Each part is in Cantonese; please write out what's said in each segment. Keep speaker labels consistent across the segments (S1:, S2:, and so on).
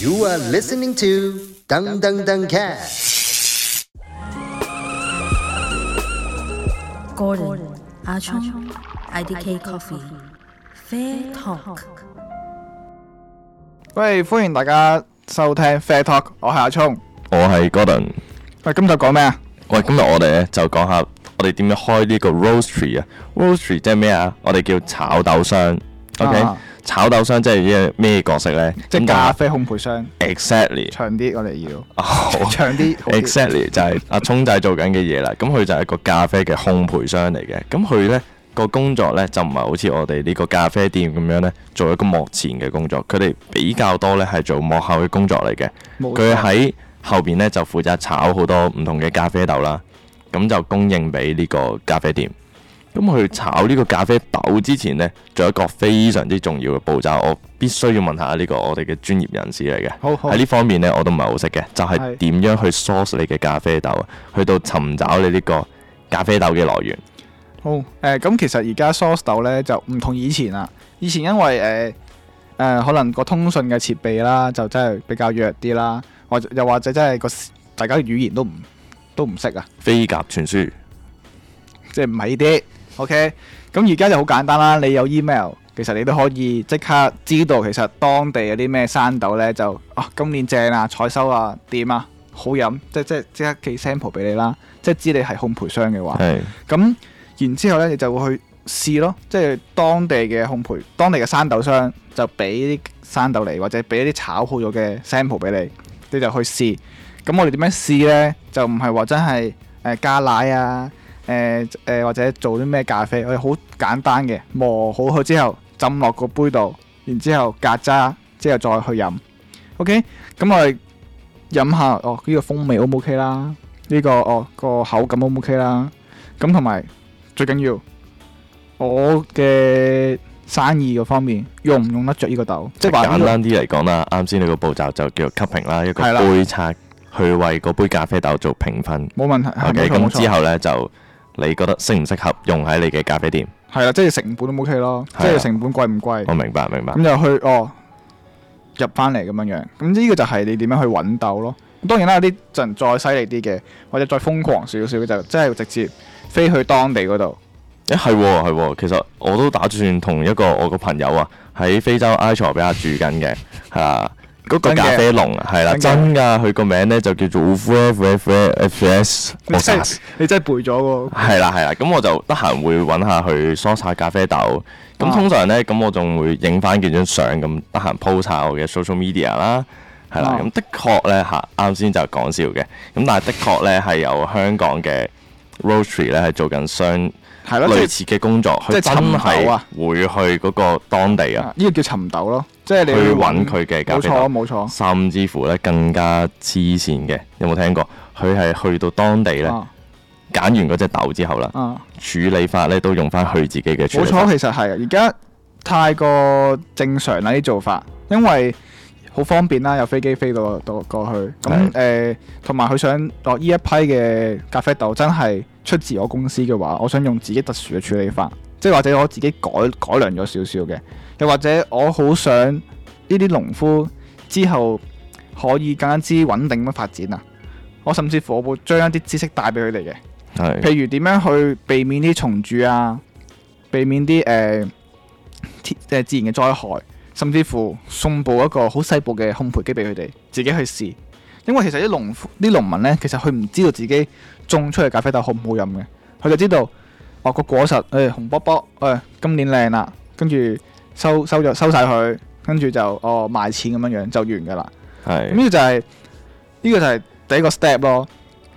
S1: You are listening to Dung Dung Dung Cat.
S2: Gordon 阿聰 IDK Coffee Fair Talk
S3: 喂，歡迎大家收聽 Fair Talk，我係阿聰。
S4: 我係 Gordon。
S3: 喂，今集講咩啊？
S4: 喂，今日我哋咧就講下我哋點樣開呢個 roastery 啊。roastery 即係咩啊？我哋叫炒豆商。OK，、
S3: 啊
S4: 炒豆商即係咩咩角色咧？
S3: 即係
S4: 咁哦
S3: 咖啡烘焙商，
S4: 就係 exactly
S3: 長啲我哋要，
S4: 好
S3: 長 啲。好啲
S4: exactly 就係阿聰仔做緊嘅嘢啦。咁佢就係一個咖啡嘅烘焙商嚟嘅。咁佢咧個工作咧就唔係好似我哋呢個咖啡店咁樣咧做一個幕前嘅工作，佢哋比較多咧係做幕後嘅工作嚟嘅。
S3: 冇
S4: 佢
S3: 錯
S4: 喺後邊咧就負責炒好多唔同嘅咖啡豆啦，咁就供應俾呢個咖啡店。咁佢炒呢個咖啡豆之前呢，仲有一個非常之重要嘅步驟，我必須要問下呢個我哋嘅專業人士嚟嘅。
S3: 好好
S4: 喺呢方面呢，我都唔係好識嘅，就係
S3: 係
S4: 點樣去 source 你嘅咖啡豆啊，去到尋找你呢個咖啡豆嘅來源。
S3: 好誒，咁、其實而家 source 豆咧就唔同以前啦。以前因為誒誒、呃可能個通訊嘅設備啦，就真係比較弱啲啦，或者又或者真係個大家嘅語言都唔都唔識啊。
S4: 飛鴿傳書，
S3: 即係唔係啲，OK？咁而家就好簡單啦，你有 email，其實你都可以即刻知道其實當地有啲咩山豆呢，就啊今年正啊，採收啊點啊，好飲，即即即刻寄 sample 俾你啦，即係知你係烘焙商嘅話，
S4: 係
S3: 咁然之後呢，你就會去試咯，即係當地嘅烘焙，當地嘅山豆商就俾啲山豆嚟，或者俾啲炒好咗嘅 sample 俾你，你就去試。咁我哋點樣試呢？就唔係話真係誒、呃加奶啊，誒、呃、誒、呃或者做啲咩咖啡，我哋好簡單嘅，磨好佢之後浸落個杯度，然之後隔渣，之後再去飲。OK，咁我哋飲下哦，呢、個風味 O 唔 OK 啦？呢、個哦個口感 O 唔 OK 啦？咁同埋最緊要我嘅生意嗰方面用唔用得着呢個豆？即係話呢
S4: 簡
S3: 個
S4: 單啲嚟講啦，啱先你個步驟就叫做 cupping 啦，一個
S3: 係啦
S4: 杯測去為嗰杯咖啡豆做評分。
S3: 冇問題，係冇
S4: OK，
S3: 錯冇
S4: 咁之
S3: 錯，
S4: 後呢，就你覺得適唔適合用喺你嘅咖啡店？
S3: 係啦，即係成本 O 唔 OK 咯，
S4: 係啊
S3: 即
S4: 啦
S3: 係成本貴唔貴？
S4: 我明白，明白。
S3: 咁就去哦入翻嚟咁樣樣。咁呢個就係你點樣去揾鬥咯。咁當然啦，有啲人再犀利啲嘅，或者再瘋狂少少嘅，就真係直接飛去當地嗰度。
S4: 誒係喎係喎，其實我都打算同一個我個朋友啊，喺非洲埃塞比亞住緊嘅，係啊，嗰個
S3: 真嘅
S4: 咖啡農啊，係啦，
S3: 真
S4: 真㗎，佢個名呢就叫做 f f f f s
S3: 你真係你真係背咗喎。
S4: 係啦係啦，咁我就得閒會揾下佢梳晒咖啡豆。咁
S3: 啊
S4: 通常呢，咁我仲會影翻幾張相咁，得閒 po 晒我嘅 social media 啦。係啦
S3: 啊，
S4: 咁的確呢，嚇，啱先就講笑嘅。咁但係的確呢，係由香港嘅 Rotary 呢係做緊相
S3: 係咯，即
S4: 類
S3: 係
S4: 似嘅工作，
S3: 即
S4: 佢
S3: 係
S4: 真
S3: 尋
S4: 係
S3: 豆啊
S4: 會去嗰個當地啊，
S3: 啊呢個叫尋豆咯，即係你
S4: 去
S3: 要
S4: 揾佢嘅咖
S3: 冇
S4: 啡
S3: 錯
S4: 豆，
S3: 冇錯。
S4: 甚至乎呢更加黐線嘅，有冇聽過？佢係去到當地呢，
S3: 啊
S4: 揀完嗰隻豆之後啦。
S3: 啊，
S4: 處理法咧都用翻佢自己嘅處
S3: 冇
S4: 理法
S3: 錯，，其實係而家太過正常啦啲做法，因為好方便啦，有飛機飛到到過去。咁
S4: 係
S3: 誒，同埋佢想落呢一批嘅咖啡豆真係出自我公司嘅話，我想用自己特殊嘅處理法，即係或者我自己改改良咗少少嘅，又或者我好想呢啲農夫之後可以更加之穩定咁發展啊！我甚至乎我會將一啲知識帶俾佢哋嘅。
S4: 係
S3: 譬如點樣去避免啲蟲蛀啊，避免啲誒、呃天呃自然嘅災害，甚至乎送部一個好細部嘅烘焙機俾佢哋自己去試。因為其實啲農夫啲農民呢，其實佢唔知道自己種出嚟咖啡豆好唔好飲嘅，佢就知道哦個果實誒、哎紅卜卜誒、哎今年靚啦，跟住收收咗收晒佢，跟住就哦賣錢咁樣樣就完㗎啦。咁
S4: 係
S3: 呢個就係、呢、個就係第一個 step 咯，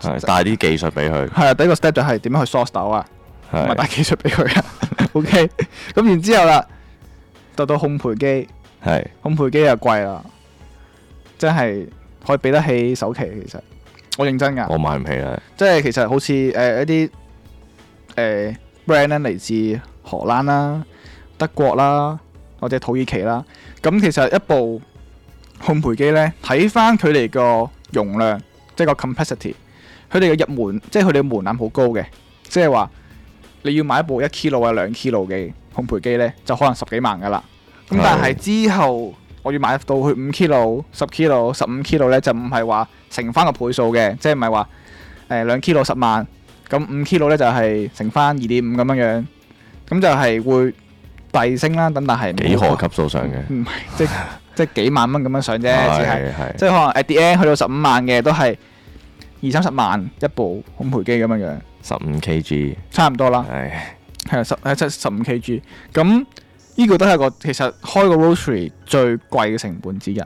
S4: 係帶啲技術俾佢，
S3: 係啊，第一個 step 就係點樣去 source 豆啊。唔係
S4: 係
S3: 帶技術俾佢啊。OK，咁然之後啦，到到烘焙機，
S4: 係
S3: 烘焙機又貴啦，真係可以俾得起首期。其實我認真㗎，
S4: 我買唔起啦，
S3: 即係其實好似誒、呃一啲誒、呃 brand 咧嚟自荷蘭啦、德國啦或者土耳其啦，咁其實一部烘焙機呢，睇翻佢哋個容量，即係個 capacity，佢哋嘅入門，即係佢哋嘅門檻好高嘅，即係話你要買一部一 kilo 啊兩 kilo 嘅烘焙機呢，就可能十幾萬噶啦。咁
S4: 係
S3: 但係之後我要買到去五 kilo、十 kilo、十五 kilo 咧，就唔係話乘翻個倍數嘅，即係唔係話誒兩 kilo 十萬，咁五 kilo 咧就係乘翻二點五咁樣樣，咁就係會遞升啦。等但係冇
S4: 幾何級數上嘅，
S3: 唔係即即幾萬蚊咁樣上啫，只係。
S4: 係係
S3: 即係可能 at the end 去到十五萬嘅都係二三十萬一部烘焙機咁樣樣，
S4: 十五 kg，
S3: 差唔多啦，
S4: 唉，
S3: 係啊十係即十五 kg。咁呢個都係個其實開個 rotary 最貴嘅成本之一。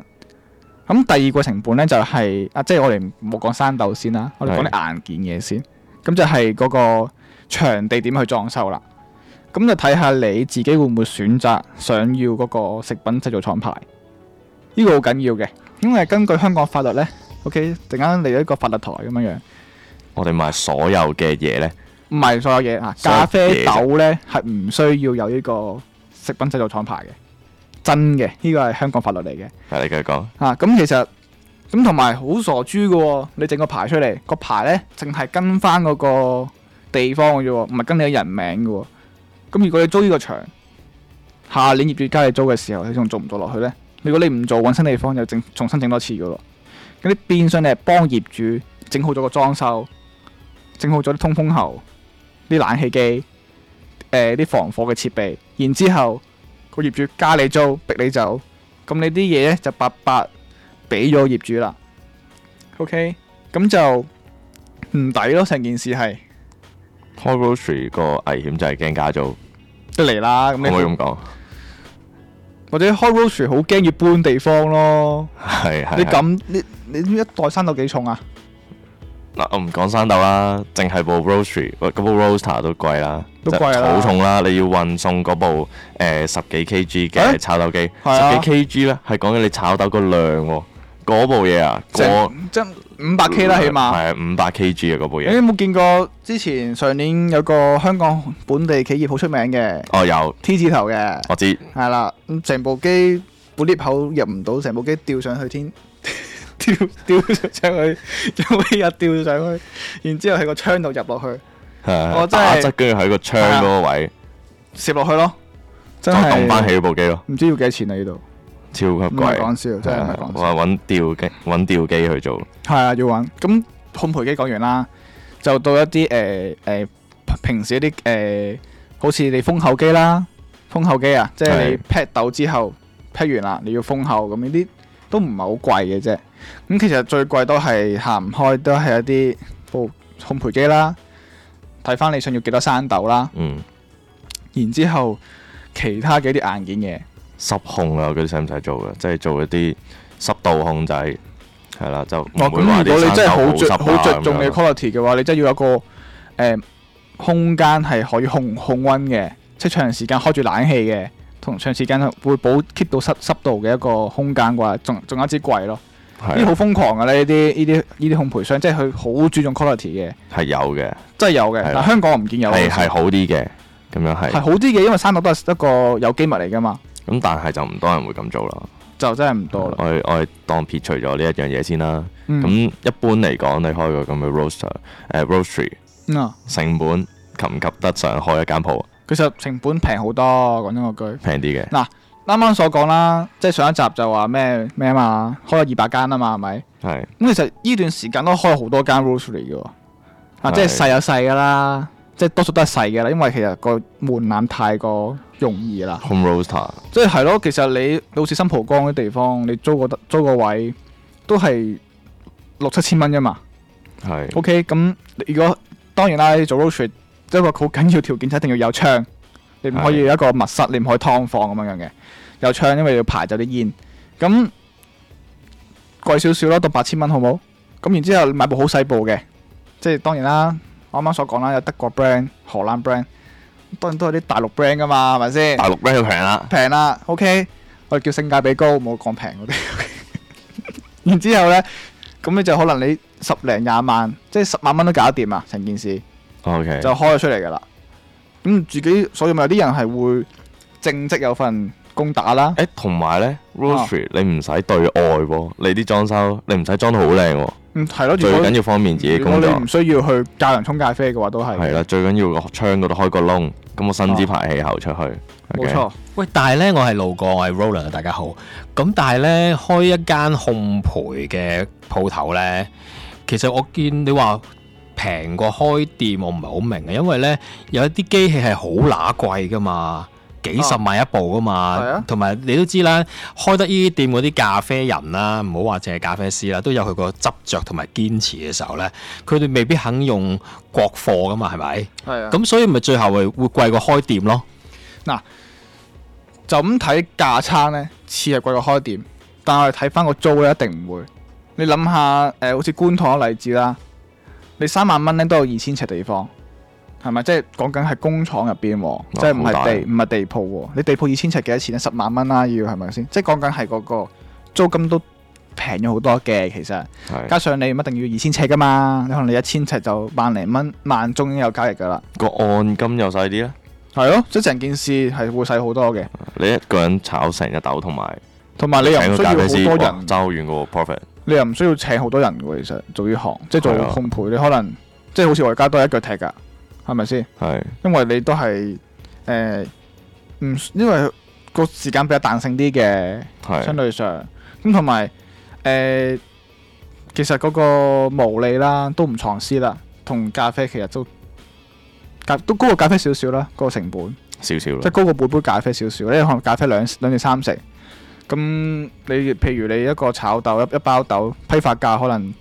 S3: 咁第二個成本咧就係、啊，即係我哋唔好講生豆先啦，我哋講啲硬件嘢先。咁就係嗰個場地點去裝修啦。咁就睇下你自己會唔會選擇想要嗰個食品製造廠牌，呢、個好緊要嘅，因為根據香港法律呢 o k 陣間嚟咗一個法律台咁樣樣，
S4: 我哋賣所有嘅嘢咧，
S3: 唔係所有嘢啊，
S4: 所有嘢
S3: 咖啡豆呢係唔需要有呢個食品製造廠牌嘅，真嘅，呢個係香港法律嚟嘅。
S4: 係你繼續講，
S3: 啊，咁其實咁同埋好傻豬嘅喎，你整個牌出嚟，個牌咧淨係跟翻嗰個地方嘅啫喎，唔係跟你嘅人名嘅喎。咁如果你租呢個場，下年業主加你租嘅時候，你仲做唔做落去咧？如果你唔做，揾新地方又整重新整多次嘅咯。咁你變相你係幫業主整好咗個裝修，整好咗啲通風喉、啲冷氣機、誒、啲防火嘅設備，然之後個業主加你租，逼你走。咁你啲嘢咧就白白俾咗業主啦。OK，咁就唔抵咯，成件事係
S4: 開 grocery 個危險就係驚加租，
S3: 得嚟啦。咁
S4: 可唔可以咁
S3: 你
S4: 講？
S3: 或者開 roaster 好驚要搬地方咯。
S4: 係係。
S3: 你
S4: 係
S3: 咁你你知唔知一袋生豆幾重啊？
S4: 嗱，我唔講生豆啦，淨係部 roastery，喂嗰部 roaster 都貴啦，
S3: 都
S4: 即係
S3: 貴啦
S4: 好重啦，你要運送嗰部誒十幾 kg
S3: 欸
S4: 嘅炒豆機，
S3: 係啊
S4: 十幾 kg 咧係講緊你炒豆個量喎，嗰部嘢啊，個
S3: 成即五百 K 啦，起碼。
S4: 嗯係五百 kg 啊嗰部
S3: 你
S4: 嘢，
S3: 有冇見過之前上年有個香港本地企業好出名嘅
S4: 哦有，
S3: T 字頭嘅，
S4: 我知
S3: 係啦，咁成部機本 lift 口入唔到，成部機吊上去天， 吊吊上去，有幾日吊上去，然之後喺個窗度入落去，
S4: 我
S3: 哦真係
S4: 打側跟住喺個窗嗰個位，
S3: 攝落去咯，
S4: 再
S3: 真
S4: 凍翻
S3: 係
S4: 起部機咯，
S3: 唔知要幾錢啊？呢度
S4: 超級貴，
S3: 唔係講笑真係唔係
S4: 係啊
S3: 講笑
S4: 我揾吊機揾吊機去做，
S3: 係啊，要玩。咁烘焙機講完啦，就到一啲誒誒平時一啲誒、呃好似你封口機啦，封口機啊，即係你
S4: 係
S3: pack 豆之後 pack 完啦，你要封口咁呢啲都唔係好貴嘅啫。咁其實最貴都係行唔開，都係一啲部烘焙機啦，睇翻你想要幾多生豆啦，
S4: 嗯，
S3: 然之後其他嘅一啲硬件嘢。
S4: 濕控啊嗰啲使唔使做嘅？即係做一啲濕度控制，係啦，就唔
S3: 哦，咁
S4: 會話
S3: 如果你
S4: 啲
S3: 真係
S4: 生
S3: 好
S4: 豆
S3: 着
S4: 濕
S3: 好
S4: 啊
S3: 着重
S4: 咁
S3: 嘅
S4: 樣
S3: quality 嘅話，你真係要有一個誒、呃空間係可以控控温嘅，即係長時間開住冷氣嘅，同長時間會保 keep 到濕濕度嘅一個空間啩，仲仲有一支貴咯。呢啲
S4: 係啊
S3: 好瘋狂㗎咧，呢啲呢啲呢啲烘焙商，即係佢好注重 quality 嘅，
S4: 係有嘅，
S3: 真係有嘅
S4: 係。啦啊
S3: 但香港我唔見有啊
S4: 係係好啲嘅，咁樣
S3: 係
S4: 係。
S3: 好啲嘅，因為生豆都係一個有機物嚟㗎嘛，
S4: 咁但係就唔多人會咁做啦。
S3: 就真係唔多
S4: 我
S3: 啦。
S4: 哋我哋當撇除咗呢一樣嘢先啦。
S3: 嗯
S4: 咁一般嚟講，你開個咁嘅 roaster 誒 roastery
S3: 嗯啊，
S4: 成本及唔及得上開一間鋪
S3: 其實成本平好多，講真嗰句。
S4: 平啲嘅？
S3: 啱啱所講啦，即係上一集就話咩咩啊嘛，開咗二百間啊嘛，係咪？
S4: 係
S3: 咁其實呢段時間都開好多間 roastery 嘅喎，啊，
S4: 係
S3: 即係細有細噶啦，即係多數都係細嘅啦，因為其實個門檻太過容易啦。
S4: home roaster
S3: 即係係咯，其實你好似新蒲崗啲地方，你租個租個位都係六七千蚊啫嘛。
S4: 係
S3: OK，咁如果當然啦，你做 roastery 一個好緊要條件就一定要有窗，你唔可以有一個密室，你唔可以劏房咁樣樣嘅。有窗，因為要排走啲煙。咁貴少少咯，到八千蚊好冇？咁然之後你買部好細部嘅，即係當然啦，我啱啱所講啦，有德國 brand、荷蘭 brand，當然都有啲大陸 brand 噶嘛，係咪先？
S4: 大陸 brand 平啦，
S3: 平啦，OK，我哋叫性價比高，冇講平嗰啲。 然之後呢，咁你就可能你十零廿萬，即係十萬蚊都搞掂啊！成件事
S4: OK
S3: 就開咗出嚟噶啦。咁自己，所以咪有啲人係會正職有份工打啦。
S4: 誒，同埋咧
S3: 啊
S4: roastery 你唔使對外喎，你啲裝修你唔使裝到好靚喎，
S3: 嗯，係咯。
S4: 最
S3: 如果
S4: 緊要方便自己
S3: 如果
S4: 工
S3: 你
S4: 作
S3: 唔需要去教人沖咖啡嘅話，都係
S4: 係啦，最緊要個窗嗰度開個窿，咁我伸支排氣喉出去。
S3: 冇
S4: OK？
S3: 錯，
S5: 喂，但係咧，我係路過，我係 Roller，大家好。咁但係咧，開一間烘焙嘅鋪頭咧，其實我見你話平過開店，我唔係好明嘅，啊因為咧有一啲機器係好乸貴噶嘛，幾十萬一部噶
S3: 係
S5: 嘛
S3: 啊，
S5: 同埋、你都知啦，開得呢啲店嗰啲咖啡人啦，唔好話淨係咖啡師啦，都有佢個執着同埋堅持嘅時候咧，佢哋未必肯用國貨噶嘛，係咪？
S3: 係啊。
S5: 咁所以咪最後係會貴過開店咯。
S3: 就咁睇價差呢，似係貴過開店，但係睇翻個租呢，一定唔會。你諗下，誒、呃好似觀塘嘅例子啦，你三萬蚊呢都有二千尺地方，係咪？即係講緊係工廠入邊喎，即係唔
S4: 啊好
S3: 係
S4: 大
S3: 地唔係地鋪喎。你地鋪二千尺幾多錢咧？啊十萬蚊啦，要係咪先？即係講緊係嗰個租金都平咗好多嘅，其實。
S4: 係
S3: 加上你唔一定要二千尺噶嘛，你可能你一千尺就萬零蚊，萬中已經有交易噶啦。
S4: 個按金又細啲咧，
S3: 係咯，即係成件事係會細好多嘅，
S4: 你一個人炒成一斗，同埋
S3: 同埋你又唔需
S4: 請個
S3: 要
S4: 咖
S3: 好
S4: 啡師
S3: 多
S4: 哇
S3: 人。
S4: 周遠嗰個 profit。
S3: 你又唔需要請好多人嘅喎，其實做呢行即係做
S4: 係啊
S3: 烘焙，你可能即係好似我而家都係一腳踢㗎，係咪先？
S4: 係
S3: 因為你都係誒唔因為個時間比較彈性啲嘅，相
S4: 係
S3: 對上咁同埋誒，其實嗰個毛利啦都唔藏私啦，同咖啡其實都咖都高過咖啡少少啦，個成本。
S4: 少少
S3: 即係
S4: 啦，
S3: 高過半杯咖啡少少，你可能咖啡兩兩至三成。咁你譬如你一個炒豆一一包豆批發價可能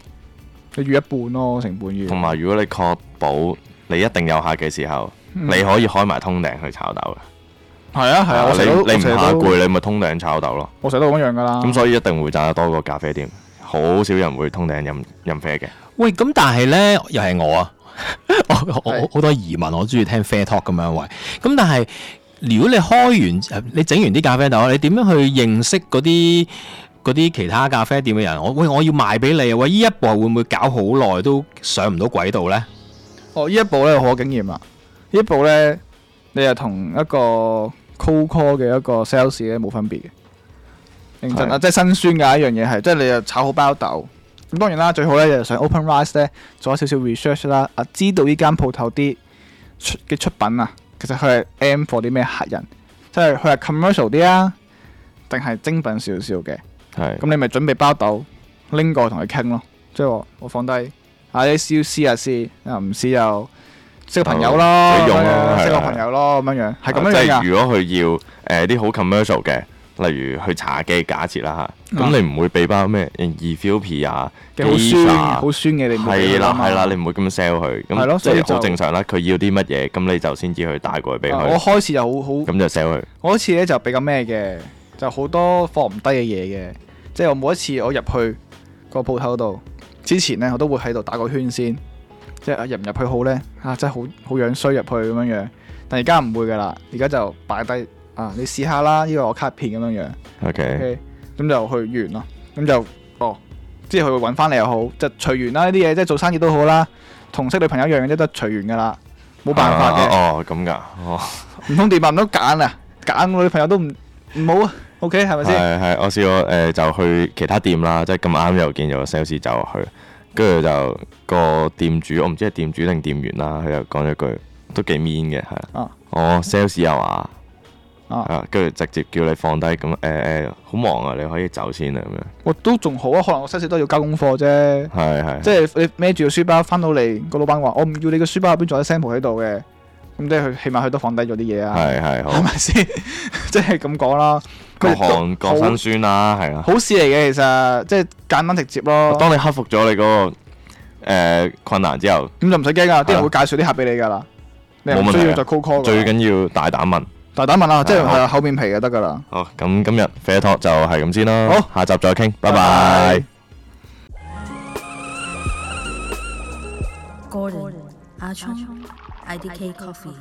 S3: 你預一半咯，成本預。
S4: 同埋如果你確保你一定有客嘅時候，
S3: 嗯
S4: 你可以開埋通頂去炒豆嘅。
S3: 係啊係啊，我成
S4: 你
S3: 日都
S4: 你
S3: 我
S4: 唔
S3: 成日
S4: 怕
S3: 都
S4: 攰，你咪通頂炒豆咯。
S3: 我成日都咁樣㗎啦。
S4: 咁所以一定會賺得多過咖啡店，好少人會通頂飲飲啡嘅。
S5: 喂，咁但係咧，又係我啊， 我我我
S3: 係
S5: 好多疑問，我中意聽 fair talk 咁樣喂。咁但係如果你開完，呃你整完啲咖啡豆，你點樣去認識嗰啲嗰啲其他咖啡店嘅人？我喂，我要賣俾你啊！喂，呢一步會唔會搞好耐都上唔到軌道咧？
S3: 哦，呢一步咧好有經驗啦。呢一步咧，你係同一個 cold call 嘅一個 sales 咧冇分別嘅。認真啊，即係辛酸㗎一樣嘢係，即係你又炒好包豆。咁當然啦，最好咧就上 OpenRice 咧做少少 research 啦，啊知道呢間鋪頭啲出嘅出品啊，其實佢係 M for 啲咩客人，即係佢係 commercial 啲啊，定係精品少少嘅。
S4: 係
S3: 咁你咪準備包豆拎過去同佢傾咯，即係話我放低，啊你試試啊試，啊唔試又識個朋友咯，
S4: 自己用咯
S3: 咁樣
S4: 係啊
S3: 識個朋友咯咁樣樣，係咁
S4: 即
S3: 樣樣
S4: 係
S3: 㗎。
S4: 如果佢要呃誒啲好 commercial 嘅，例如去茶記假設啦嚇，
S3: 啊
S4: 咁你唔會俾包咩嗯 Ethiopia 啊
S3: 嘅好
S4: Geisha
S3: 酸，好酸嘅你唔會
S4: 啊係啦
S3: 㗎嘛
S4: 係啦，你唔會咁 sell
S3: 係
S4: 佢，咁
S3: 咯
S4: 即
S3: 所以
S4: 係好
S3: 就
S4: 正常啦。佢要啲乜嘢，咁你就先至去帶過去俾
S3: 啊我
S4: 佢，
S3: 開始就好好
S4: 咁就 sell 佢。
S3: 我嗰次咧就比較咩嘅，就好多放唔低嘅嘢嘅，即係我每一次我入去個鋪頭度之前咧，我都會喺度打個圈先，即係啊入唔入去好咧？啊，真係好好樣衰入去咁樣樣。但而家唔會噶啦，而家就擺低啊，你試下啦，呢個我卡片咁樣樣
S4: OK，
S3: ，OK，咁就去完咯，咁就哦，之後佢會揾翻你又好，就隨緣啦呢啲嘢，即係做生意都好啦，同識女朋友一樣嘅啫，都係隨緣噶啦，冇辦法嘅
S4: 啊。哦咁㗎，哦
S3: 唔通電話唔到揀啊？揀我女朋友都唔唔好啊？OK 係咪先？
S4: 係係，我試過誒、呃就去其他店啦，即係咁啱又見有個 sales 走落去，跟住就個店主，我唔知係店主定店員啦，佢又講咗句都幾 mean 嘅，係
S3: 啊
S4: 我 sales 啊嘛，
S3: 啊
S4: 啊，跟住直接叫你放低咁誒誒，好、忙啊，你可以走先啊咁
S3: 我都仲好啊，可能我細細都要交功課啫。
S4: 樣，係係，
S3: 即係你孭住個書包翻到嚟，個老闆話：我唔要你個書包入邊仲有 sample 喺度嘅。咁即係佢起碼佢都放低咗啲嘢啊，
S4: 係係
S3: 係
S4: 好，
S3: 咪先？ 即係咁講啦。
S4: 各
S3: 佢
S4: 行各辛酸啦，係啊，
S3: 好事嚟嘅，其實即係簡單直接咯。
S4: 當你克服咗你嗰、個呃困難之後，
S3: 咁就唔使驚噶，啲
S4: 係啊
S3: 人會介紹啲客俾你噶啦。你
S4: 冇
S3: 唔
S4: 問題
S3: 需
S4: 啊
S3: 要再 call call 㗎
S4: 最緊要大膽問。
S3: 大膽問啦，即係
S4: 係好
S3: 係啊厚面皮就得噶啦。
S4: 好，哦咁今日 Fair Talk 就係咁先啦，
S3: 好，
S4: 下集再傾，
S3: 拜
S4: 拜拜
S3: 拜。
S2: Gordon, Achong, IDK Coffee,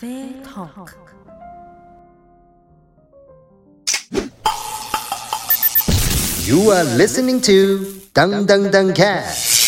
S2: Fair Talk.
S1: You are listening to Dung Dung Dung Cat.